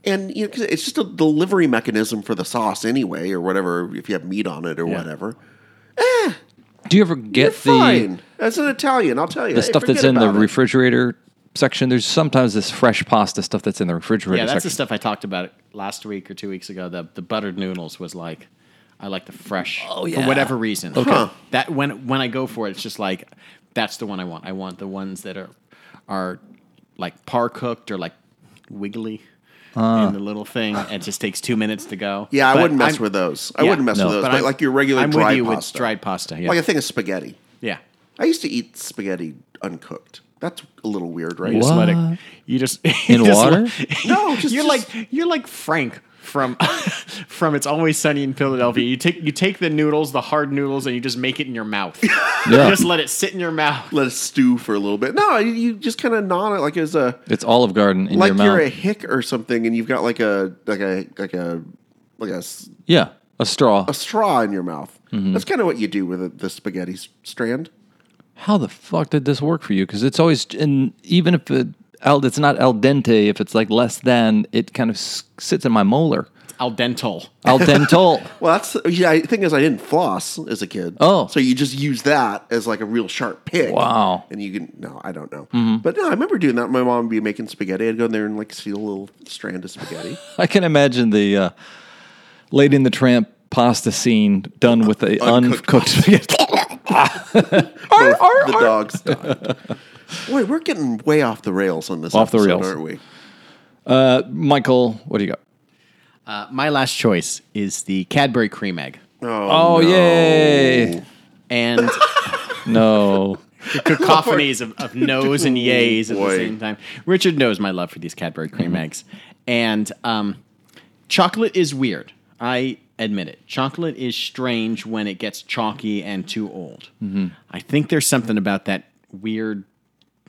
Speaker 2: and you know, 'cause it's just a delivery mechanism for the sauce anyway, or whatever. If you have meat on it or whatever,
Speaker 1: Do you ever get the
Speaker 2: fine. As an Italian, I'll tell you
Speaker 1: the
Speaker 2: hey,
Speaker 1: stuff that's
Speaker 2: forget
Speaker 1: in the
Speaker 2: about it.
Speaker 1: refrigerator section? There's sometimes this fresh pasta stuff that's in the refrigerator
Speaker 3: Yeah, that's the
Speaker 1: section.
Speaker 3: stuff I talked about last week or two weeks ago. The the buttered noodles was like, I like the fresh for
Speaker 2: Oh,
Speaker 1: yeah.
Speaker 3: whatever reason. Okay,
Speaker 2: Huh.
Speaker 3: that when when I go for it, it's just like that's the one I want. I want the ones that are are like par cooked or like wiggly in the little thing. It just takes two minutes to go.
Speaker 2: Ah. Yeah, I
Speaker 3: But
Speaker 2: wouldn't mess
Speaker 3: I'm-
Speaker 2: with those. I
Speaker 3: yeah,
Speaker 2: wouldn't mess
Speaker 1: no,
Speaker 2: with those.
Speaker 1: but
Speaker 2: But,
Speaker 3: I'm-
Speaker 2: like your regular
Speaker 3: I'm
Speaker 2: dry
Speaker 3: with you
Speaker 2: pasta,
Speaker 3: with dried pasta. Yeah,
Speaker 2: like a thing of spaghetti.
Speaker 3: yeah.
Speaker 2: I used to eat spaghetti uncooked. That's a little weird, right?
Speaker 3: You just let
Speaker 1: What?
Speaker 3: it. You just
Speaker 1: In
Speaker 3: you just
Speaker 1: water?
Speaker 3: let-
Speaker 2: No, just-
Speaker 3: you're
Speaker 2: just-
Speaker 3: like you're like Frank from from It's Always Sunny in Philadelphia. You take you take the noodles, the hard noodles, and you just make it in your mouth. You just let it sit in your mouth.
Speaker 2: Let it stew for a little bit. No, you- you just kind of gnaw it like it was a
Speaker 1: It's Olive Garden in
Speaker 2: like
Speaker 1: your
Speaker 2: you're
Speaker 1: mouth.
Speaker 2: a hick or something, and you've got like a like a like a like a s-
Speaker 1: yeah, a straw.
Speaker 2: a straw in your mouth.
Speaker 1: Mm-hmm.
Speaker 2: That's kind of what you do with it, the spaghetti s- strand.
Speaker 1: How the fuck did this work for you? Because it's always and even if it al, it's not al dente. If it's like less than, it kind of s- sits in my molar.
Speaker 3: Al dental.
Speaker 1: Al dente.
Speaker 2: Well, that's yeah. I think is I didn't floss as a kid.
Speaker 1: Oh.
Speaker 2: so you just use that as like a real sharp pick.
Speaker 1: Wow. Mm-hmm.
Speaker 2: And you can no, I don't know, but no, I remember doing that. My mom would be making spaghetti. I'd go in there and like see a little strand of spaghetti.
Speaker 1: I can imagine the uh, Lady in the Tramp pasta scene done with the uncooked.
Speaker 2: Uncooked Both the dogs died. Boy, we're getting way off the rails on this.
Speaker 1: Off the
Speaker 2: episode,
Speaker 1: rails.
Speaker 2: aren't we?
Speaker 1: Michael, what do you got?
Speaker 3: Uh, my last choice is the Cadbury cream egg,
Speaker 1: Oh, yay.
Speaker 3: and
Speaker 1: No.
Speaker 3: cacophonies of, of no's and yays at
Speaker 2: Boy.
Speaker 3: the same time. Richard knows my love for these Cadbury cream
Speaker 1: Mm-hmm.
Speaker 3: eggs, and um, chocolate is weird. I admit it. Chocolate is strange when it gets chalky and too old.
Speaker 1: Mm-hmm.
Speaker 3: I think there's something about that weird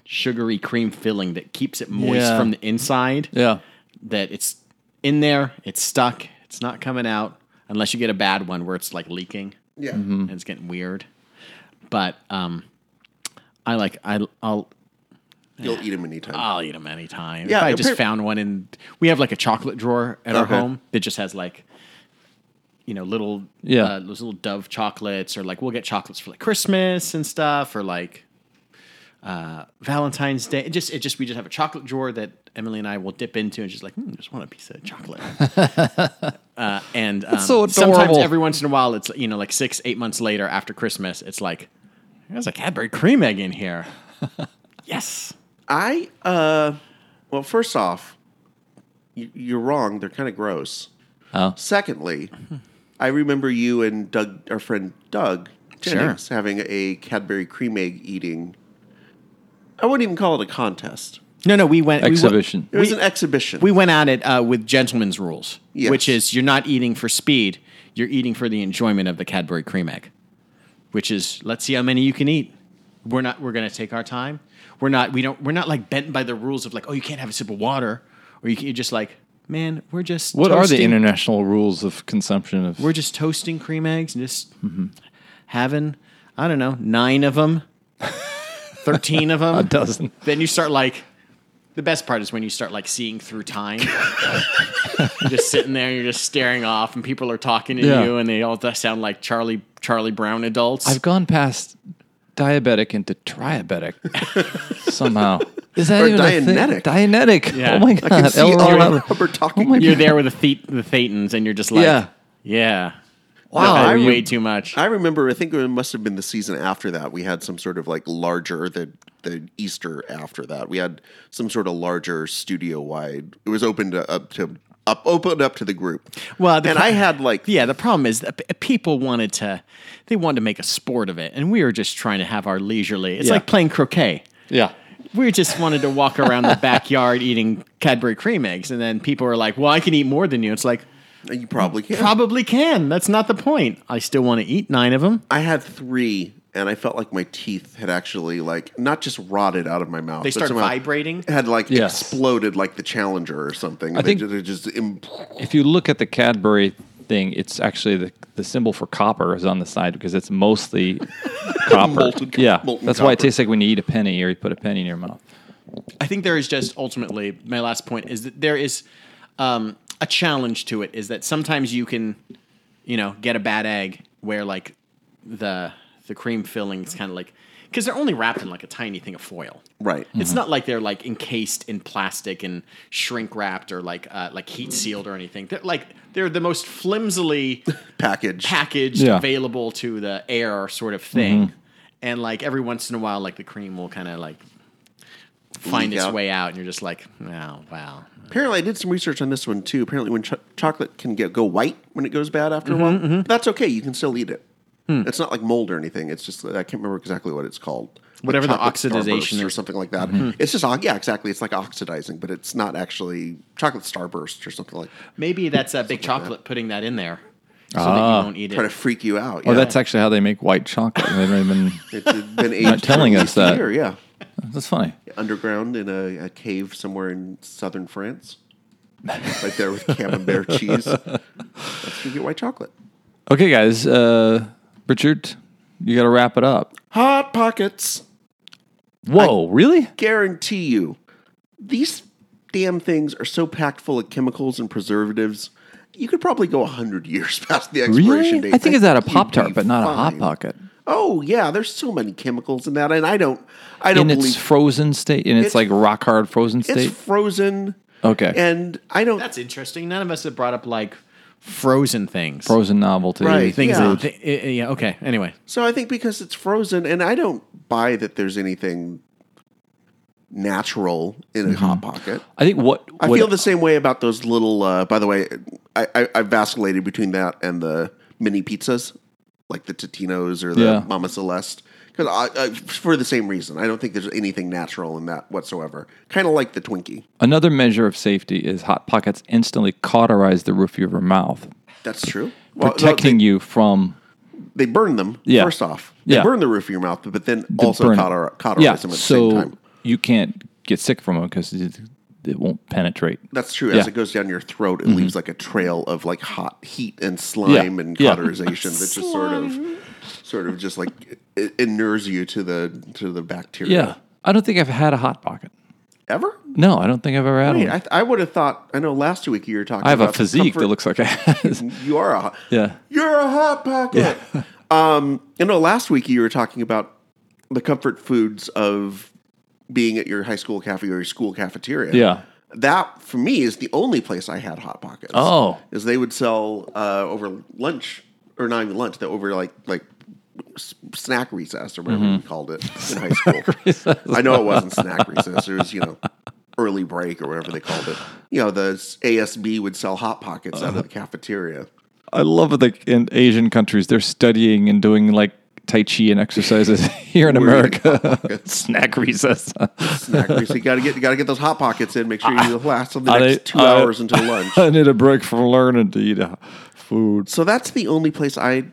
Speaker 3: sugary cream filling that keeps it moist
Speaker 1: Yeah.
Speaker 3: from the inside.
Speaker 1: Yeah.
Speaker 3: That it's in there, it's stuck, it's not coming out unless you get a bad one where it's like leaking
Speaker 2: Yeah.
Speaker 1: Mm-hmm.
Speaker 3: and it's getting weird. But um, I like I I'll
Speaker 2: You'll eat them anytime.
Speaker 3: I'll eat them anytime.
Speaker 2: Yeah,
Speaker 3: if I just
Speaker 2: appar-
Speaker 3: found one in we have like a chocolate drawer at our
Speaker 2: Okay.
Speaker 3: home that just has like you know little
Speaker 1: Yeah.
Speaker 3: uh, those little Dove chocolates or like we'll get chocolates for like Christmas and stuff or like uh, Valentine's Day. It just it just we just have a chocolate drawer that Emily and I will dip into and just like hmm, just want a piece of chocolate. uh, and um,
Speaker 1: so
Speaker 3: sometimes
Speaker 1: adorable.
Speaker 3: every once in a while it's you know like six eight months later after Christmas it's like there's a Cadbury cream egg in here. yes.
Speaker 2: I uh well first off y- you're wrong they're kind of gross.
Speaker 1: Oh.
Speaker 2: Secondly, I remember you and Doug our friend Doug Jennings having a Cadbury cream egg eating I wouldn't even call it a contest.
Speaker 3: No, no, we went we went-
Speaker 1: Exhibition.
Speaker 2: It was
Speaker 3: We-
Speaker 2: an exhibition.
Speaker 3: we went at it uh, with gentlemen's rules,
Speaker 2: Yes.
Speaker 3: which is you're not eating for speed, you're eating for the enjoyment of the Cadbury cream egg, which is let's see how many you can eat. We're not we're gonna take our time. We're not we don't we're not like bent by the rules of like oh you can't have a sip of water or you can, you're just like man we're just
Speaker 1: What are the
Speaker 3: toasting-
Speaker 1: international rules of consumption of
Speaker 3: We're just toasting cream eggs and just
Speaker 1: Mm-hmm.
Speaker 3: having I don't know nine of them, thirteen of them,
Speaker 1: a dozen?
Speaker 3: then you start like the best part is when you start like seeing through time. you're just sitting there, you're just staring off, and people are talking to
Speaker 1: Yeah.
Speaker 3: you, and they all just sound like Charlie Charlie Brown adults.
Speaker 1: I've gone past diabetic into triabetic somehow. Is that
Speaker 2: Or
Speaker 1: even
Speaker 2: Dianetic.
Speaker 1: A thing? Dianetic.
Speaker 3: Yeah.
Speaker 1: Oh my
Speaker 2: I
Speaker 1: god.
Speaker 2: can see
Speaker 1: LOL.
Speaker 2: Elmer Hubbard
Speaker 1: Oh my
Speaker 2: talking.
Speaker 3: you're there with the the, the thetans, and you're just like,
Speaker 1: Yeah.
Speaker 3: yeah, yeah.
Speaker 2: Wow,
Speaker 3: I
Speaker 2: I re-
Speaker 3: way too much.
Speaker 2: I remember I think it must have been the season after that we had some sort of like larger the the Easter after that. We had some sort of larger studio wide. It was opened up to up opened up to the group.
Speaker 3: Well, the
Speaker 2: and
Speaker 3: pro-
Speaker 2: I had like
Speaker 3: yeah, the problem is that p- people wanted to, they wanted to make a sport of it, and we were just trying to have our leisurely. It's
Speaker 1: Yeah.
Speaker 3: like playing croquet.
Speaker 1: Yeah.
Speaker 3: We just wanted to walk around the backyard eating Cadbury cream eggs, and then people were like, "Well, I can eat more than you." It's like,
Speaker 2: You probably can.
Speaker 3: probably can. That's not the point. I still want to eat nine of them.
Speaker 2: I had three, and I felt like my teeth had actually like not just rotted out of my mouth.
Speaker 3: They
Speaker 2: but
Speaker 3: start
Speaker 2: somehow
Speaker 3: vibrating?
Speaker 2: Had like
Speaker 1: Yes.
Speaker 2: exploded like the Challenger or something.
Speaker 1: I
Speaker 2: they
Speaker 1: think-
Speaker 2: ju- they just im-
Speaker 1: If you look at the Cadbury thing, it's actually the, the symbol for copper is on the side because it's mostly copper.
Speaker 2: Molten co-
Speaker 1: yeah.
Speaker 2: molten
Speaker 1: That's why it
Speaker 2: copper.
Speaker 1: tastes like when you eat a penny or you put a penny in your mouth.
Speaker 3: I think there is just ultimately my last point is that there is um, a challenge to it. Is that sometimes you can, you know, get a bad egg where like the the cream filling is kind of like because they're only wrapped in like a tiny thing of foil.
Speaker 2: right.
Speaker 1: Hmm.
Speaker 3: It's
Speaker 1: Mm-hmm.
Speaker 3: not like they're like encased in plastic and shrink wrapped or like uh, like heat sealed or anything. They're like they're the most flimsily
Speaker 2: package.
Speaker 3: packaged
Speaker 1: Yeah. Mm-hmm.
Speaker 3: available to the air sort of thing and like every once in a while like the cream will kind of like find
Speaker 2: Leak
Speaker 3: its
Speaker 2: out.
Speaker 3: way out and you're just like oh wow
Speaker 2: Apparently, I did some research on this one too. Apparently, when cho- chocolate can get go white when it goes bad after a while, that's okay. You can still eat it. It's not like mold or anything. It's just I can't remember exactly what it's called. Like
Speaker 3: Whatever the
Speaker 2: chocolate
Speaker 3: oxidization
Speaker 2: starburst or
Speaker 3: is.
Speaker 2: something like that. It's just yeah, exactly. It's like oxidizing, but it's not actually chocolate starburst or something like.
Speaker 3: maybe that's a big chocolate putting that in there so
Speaker 1: Ah.
Speaker 3: that you won't eat
Speaker 2: Try to
Speaker 3: it
Speaker 2: freak you out.
Speaker 1: Oh,
Speaker 2: yeah.
Speaker 1: that's actually how they make white chocolate. They don't even.
Speaker 2: It's been aged for
Speaker 1: telling
Speaker 2: at
Speaker 1: us
Speaker 2: least a
Speaker 1: that.
Speaker 2: year, yeah,
Speaker 1: That's funny.
Speaker 2: underground in a, a cave somewhere in southern France, right there with camembert cheese. That's where you get white chocolate.
Speaker 1: Okay, guys. Uh, Richard, you got to wrap it up.
Speaker 2: Hot pockets.
Speaker 1: Whoa, really?
Speaker 2: Guarantee you, these damn things are so packed full of chemicals and preservatives. You could probably go hundred years past the expiration
Speaker 1: Really?
Speaker 2: date.
Speaker 1: I think it's out of
Speaker 2: you'd
Speaker 1: Pop Tart,
Speaker 2: be
Speaker 1: but not a Hot
Speaker 2: fine.
Speaker 1: Pocket.
Speaker 2: Oh yeah, there's so many chemicals in that, and I don't, I don't
Speaker 1: In its
Speaker 2: believe
Speaker 1: frozen state, in its,
Speaker 2: It's-
Speaker 1: like rock hard frozen
Speaker 2: it's
Speaker 1: state.
Speaker 2: frozen.
Speaker 1: Okay.
Speaker 2: and I don't.
Speaker 3: that's interesting none of us have brought up like frozen things.
Speaker 1: frozen novelty.
Speaker 2: Right.
Speaker 3: things.
Speaker 2: Yeah.
Speaker 3: That, th- eh, eh, yeah. Okay. Anyway,
Speaker 2: So I think because it's frozen, and I don't buy that there's anything natural in
Speaker 1: Mm-hmm.
Speaker 2: a hot pocket.
Speaker 1: I think what,
Speaker 2: I
Speaker 1: what-
Speaker 2: feel the same way about those little. Uh, by the way, I, I, I vacillated between that and the mini pizzas, like the Totino's or the
Speaker 1: Yeah.
Speaker 2: Mama Celeste, because I, I, for the same reason, I don't think there's anything natural in that whatsoever. Kind of like the Twinkie.
Speaker 1: another measure of safety is hot pockets instantly cauterize the roof of your mouth,
Speaker 2: That's true. Well, no,
Speaker 1: protecting you from
Speaker 2: they, they burn them
Speaker 1: Yeah.
Speaker 2: first off. They
Speaker 1: Yeah.
Speaker 2: burn the roof of your mouth, but then also
Speaker 1: burn-
Speaker 2: cauter- cauterize
Speaker 1: yeah.
Speaker 2: them at
Speaker 1: so
Speaker 2: the same time.
Speaker 1: you can't get sick from them because it, it won't penetrate.
Speaker 2: That's true. As
Speaker 1: Yeah. Mm-hmm.
Speaker 2: it goes down your throat, it leaves like a trail of like hot heat and slime and
Speaker 1: Yeah.
Speaker 2: cauterization that just sort of, sort of just like i- inures you to the to the bacteria.
Speaker 1: Yeah, I don't think I've had a hot pocket.
Speaker 2: Ever?
Speaker 1: No, I don't think I've ever had
Speaker 2: Wait,
Speaker 1: one.
Speaker 2: I, I would have thought. I know last week you were talking.
Speaker 1: Hmm. I have a
Speaker 2: about the
Speaker 1: physique
Speaker 2: comfort-
Speaker 1: that looks like I has.
Speaker 2: You are a hot-
Speaker 1: Yeah.
Speaker 2: You're a hot pocket. um, you know, last week you were talking about the comfort foods of being at your high school cafe or your school cafeteria.
Speaker 1: Yeah.
Speaker 2: That for me is the only place I had hot pockets.
Speaker 1: Oh.
Speaker 2: is they would sell uh, over lunch or not even lunch, they over like like s- snack recess or whatever
Speaker 1: Mm-hmm.
Speaker 2: we called it in high school. I know it wasn't snack recess. It was you know early break or whatever they called it. You know the s- ASB would sell hot pockets
Speaker 1: Uh-huh.
Speaker 2: out of the cafeteria.
Speaker 1: I love the in Asian countries they're studying and doing like tai chi and exercises here in America. Snack recess.
Speaker 2: Snack recess. You gotta get you gotta get those hot pockets in. Make sure you last on the
Speaker 1: I-
Speaker 2: next two
Speaker 1: I-
Speaker 2: hours until lunch.
Speaker 1: I need a break from learning to eat uh, food.
Speaker 2: So that's the only place I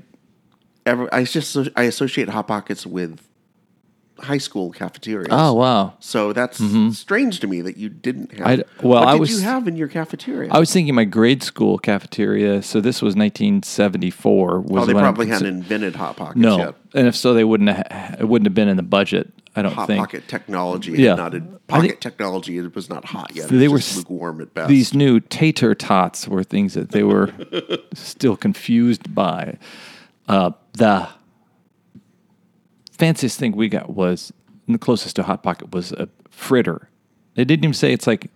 Speaker 2: ever. I just I associate hot pockets with high school cafeterias.
Speaker 1: Oh wow.
Speaker 2: So that's strange to me that you didn't have.
Speaker 1: I'd- well,
Speaker 2: what
Speaker 1: I
Speaker 2: did
Speaker 1: was-
Speaker 2: you have in your cafeteria?
Speaker 1: I was thinking my grade school cafeteria. So this was 1974. Was
Speaker 2: oh, they
Speaker 1: when I'm
Speaker 2: probably
Speaker 1: consi-
Speaker 2: hadn't invented hot pockets
Speaker 1: No,
Speaker 2: yet.
Speaker 1: and if so, they wouldn't. Ha- it wouldn't have been in the budget. I don't
Speaker 2: Hot
Speaker 1: think.
Speaker 2: pocket technology,
Speaker 1: Yeah.
Speaker 2: yeah. not in,
Speaker 1: I
Speaker 2: pocket
Speaker 1: think-
Speaker 2: technology. It was not hot yet. It
Speaker 1: They
Speaker 2: was
Speaker 1: were
Speaker 2: just
Speaker 1: s-
Speaker 2: lukewarm at best.
Speaker 1: These new tater tots were things that they were still confused by. Uh, the fanciest thing we got was and the closest to hot pocket was a fritter. They didn't even say it's like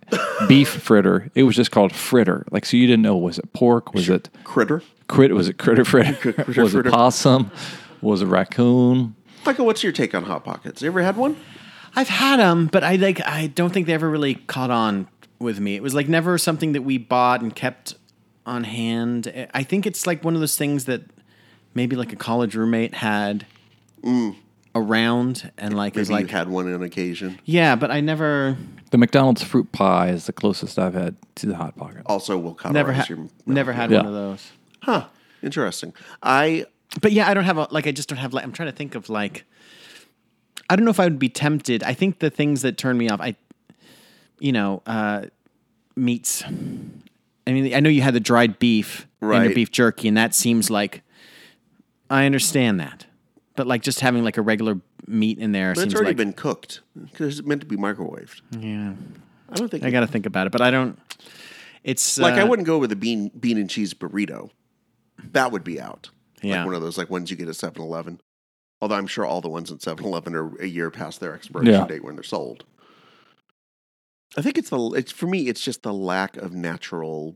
Speaker 1: beef fritter. It was just called fritter. Like so, you didn't know was it pork? Was it
Speaker 2: critter.
Speaker 1: crit? Was it critter fritter?
Speaker 2: Critter
Speaker 1: was
Speaker 2: fritter.
Speaker 1: it possum? Was it raccoon?
Speaker 2: Michael, what's your take on hot pockets? You ever had one?
Speaker 3: I've had them, but I like I don't think they ever really caught on with me. It was like never something that we bought and kept on hand. I- I think it's like one of those things that maybe like a college roommate had around and like is
Speaker 2: Maybe you
Speaker 3: like
Speaker 2: had one on occasion.
Speaker 3: yeah, but I never
Speaker 1: The McDonald's fruit pie is the closest I've had to the hot pocket.
Speaker 2: Also, will cauterize
Speaker 3: never
Speaker 2: your
Speaker 3: had
Speaker 2: mouth.
Speaker 3: never had
Speaker 1: Yeah.
Speaker 3: one of those.
Speaker 2: Huh. Interesting. I
Speaker 3: But yeah, I don't have a like I just don't have like I'm trying to think of like I don't know if I would be tempted. I think the things that turn me off, I you know, uh meats. I mean, I know you had the dried beef and
Speaker 2: Right.
Speaker 3: your beef jerky, and that seems like I understand that. But like just having like a regular meat in there
Speaker 2: but
Speaker 3: seems
Speaker 2: it's already
Speaker 3: like Hmm.
Speaker 2: been cooked because it's meant to be microwaved. Yeah. I don't think
Speaker 3: I gotta think about it. But I don't it's
Speaker 2: like I
Speaker 3: uh,
Speaker 2: wouldn't go with a bean bean and cheese burrito. That would be out.
Speaker 3: Yeah.
Speaker 2: Like one of those like ones you get at 7-Eleven. Although I'm sure all the ones at 7-Eleven are a year past their expiration
Speaker 1: Yeah.
Speaker 2: date when they're sold. I think it's the it's for me it's just the lack of natural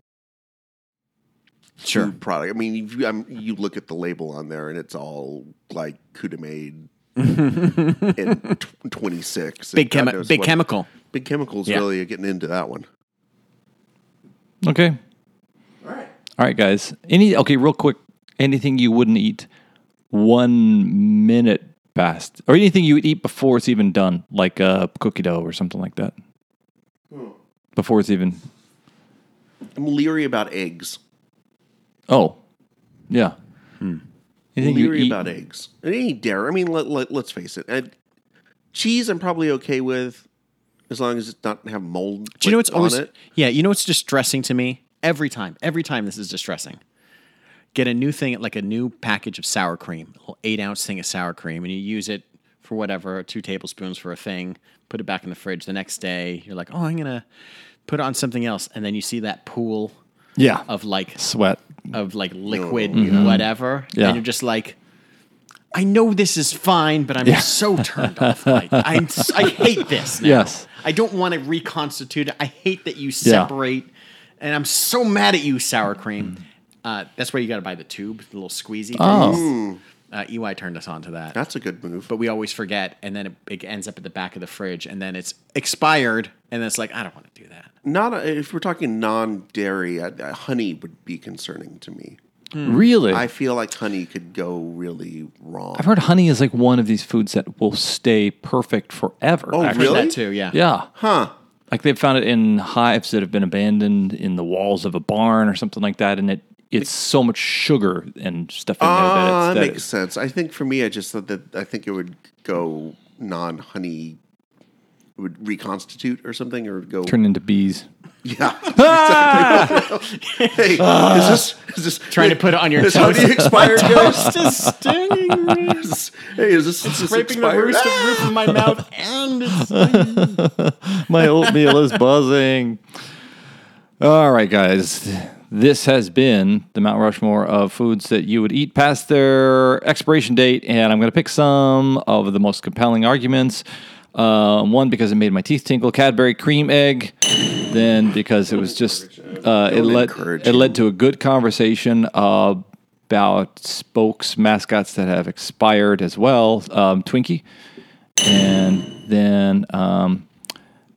Speaker 3: sure.
Speaker 2: food product. I mean, if you, I'm, you look at the label on there and it's all like Kudamade in tw 26. and
Speaker 3: Big
Speaker 2: God
Speaker 3: chemi-
Speaker 2: knows
Speaker 3: big
Speaker 2: what-
Speaker 3: chemical.
Speaker 2: Big chemicals
Speaker 3: Yeah.
Speaker 2: really are getting into that one.
Speaker 1: Okay. All right. All right, guys. Any okay, real quick, anything you wouldn't eat one minute past or anything you would eat before it's even done, like uh cookie dough or something like that.
Speaker 2: Hmm.
Speaker 1: Before it's even
Speaker 2: I'm leery about eggs.
Speaker 1: Oh. Yeah. Anything you
Speaker 2: leery
Speaker 1: eat-
Speaker 2: about eggs. And any dairy. I mean, let, let, let's face it. I, cheese, I'm probably okay with as long as it not have mold.
Speaker 3: Do you know
Speaker 2: like,
Speaker 3: what's always
Speaker 2: on it.
Speaker 3: yeah? You know what's distressing to me every time. Every time this is distressing. Get a new thing, like a new package of sour cream, a little eight ounce thing of sour cream, and you use it for whatever, two tablespoons for a thing. Put it back in the fridge the next day. You're like, oh, I'm gonna put on something else, and then you see that pool
Speaker 1: Yeah.
Speaker 3: of like
Speaker 1: Sweat.
Speaker 3: of like liquid whatever,
Speaker 1: Mm-hmm. Yeah.
Speaker 3: and you're just like. I know this is fine, but I'm so turned off. Like, I'm, s- I hate this. Now.
Speaker 1: Yes.
Speaker 3: I don't want to reconstitute it. I hate that you separate, and I'm so mad at you, sour cream. Uh, that's where you got to buy the tube, the little squeezy. Things.
Speaker 1: Mm. Oh.
Speaker 3: Uh, EY turned us on to that.
Speaker 2: That's a good move.
Speaker 3: but we always forget, and then it, it ends up at the back of the fridge, and then it's expired, and then it's like, I don't want to do that.
Speaker 2: Not a, if we're talking non-dairy, uh, uh, honey would be concerning to me.
Speaker 1: Really?
Speaker 2: Hmm. I feel like honey could go really wrong.
Speaker 1: I've heard honey is like one of these foods that will stay perfect forever.
Speaker 2: Oh,
Speaker 1: actually.
Speaker 2: Really?
Speaker 3: That too, yeah.
Speaker 1: Yeah.
Speaker 2: huh?
Speaker 1: Like they've found it in hives that have been abandoned in the walls of a barn or something like that, and it it's so much sugar and stuff in
Speaker 2: Ah,
Speaker 1: there that
Speaker 2: that
Speaker 1: it's
Speaker 2: makes sense. I think for me, I just thought that I think it would go non-honey. It would reconstitute or something, or go.
Speaker 1: turned into bees.
Speaker 2: yeah. Exactly. hey, is this is this
Speaker 3: Ah. Trying to put it on your
Speaker 2: is honey
Speaker 3: toast.
Speaker 2: expired? guys?
Speaker 3: Just stinging me,
Speaker 2: hey, is this, is this
Speaker 3: scraping the
Speaker 2: expired?
Speaker 3: roof,
Speaker 2: Ah!
Speaker 3: the roof of my mouth, and it's
Speaker 1: My oatmeal is buzzing. All right, guys. This has been the Mount Rushmore of foods that you would eat past their expiration date. And I'm going to pick some of the most compelling arguments. Um, one, because it made my teeth tinkle Cadbury cream egg. Then, because it was just, uh, it, led,
Speaker 2: encourage
Speaker 1: it led to a good conversation about spokes mascots that have expired as well. Um, Twinkie. And then um,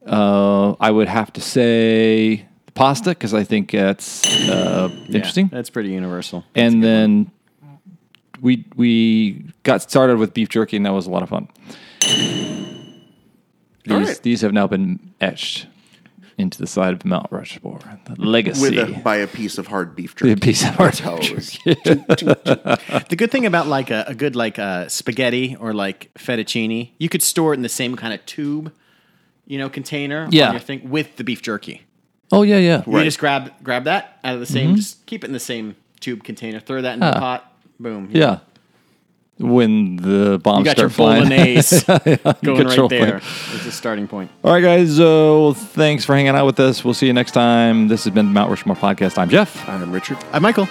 Speaker 1: uh, I would have to say pasta because I think that's uh, interesting.
Speaker 3: that's pretty universal.
Speaker 1: and then we we got started with beef jerky, and that was a lot of fun.
Speaker 2: All
Speaker 1: These,
Speaker 2: right.
Speaker 1: these have now been etched into the side of Mount Rushmore, the legacy.
Speaker 2: with a, by a piece of hard beef
Speaker 1: The
Speaker 2: jerky.
Speaker 1: piece of hard
Speaker 2: That's how it
Speaker 1: beef
Speaker 2: was.
Speaker 3: The good thing about like a, a good like uh, spaghetti or like fettuccine, you could store it in the same kind of tube, you know, container.
Speaker 1: Yeah.
Speaker 3: On your thing with the beef jerky.
Speaker 1: oh yeah, yeah.
Speaker 3: You
Speaker 2: Right.
Speaker 3: just grab grab that out of the same. Just keep it in the same tube container. Throw that in the
Speaker 1: Ah.
Speaker 3: pot. Boom.
Speaker 1: Yeah. When the bombs
Speaker 3: You got your
Speaker 1: start flying.
Speaker 3: bolognese going
Speaker 1: Control
Speaker 3: right there. It's a starting point.
Speaker 1: All right, guys. uh, So thanks for hanging out with us. We'll see you next time. This has been the Mount Rushmore Podcast. I'm Jeff.
Speaker 2: I'm Richard.
Speaker 3: I'm Michael.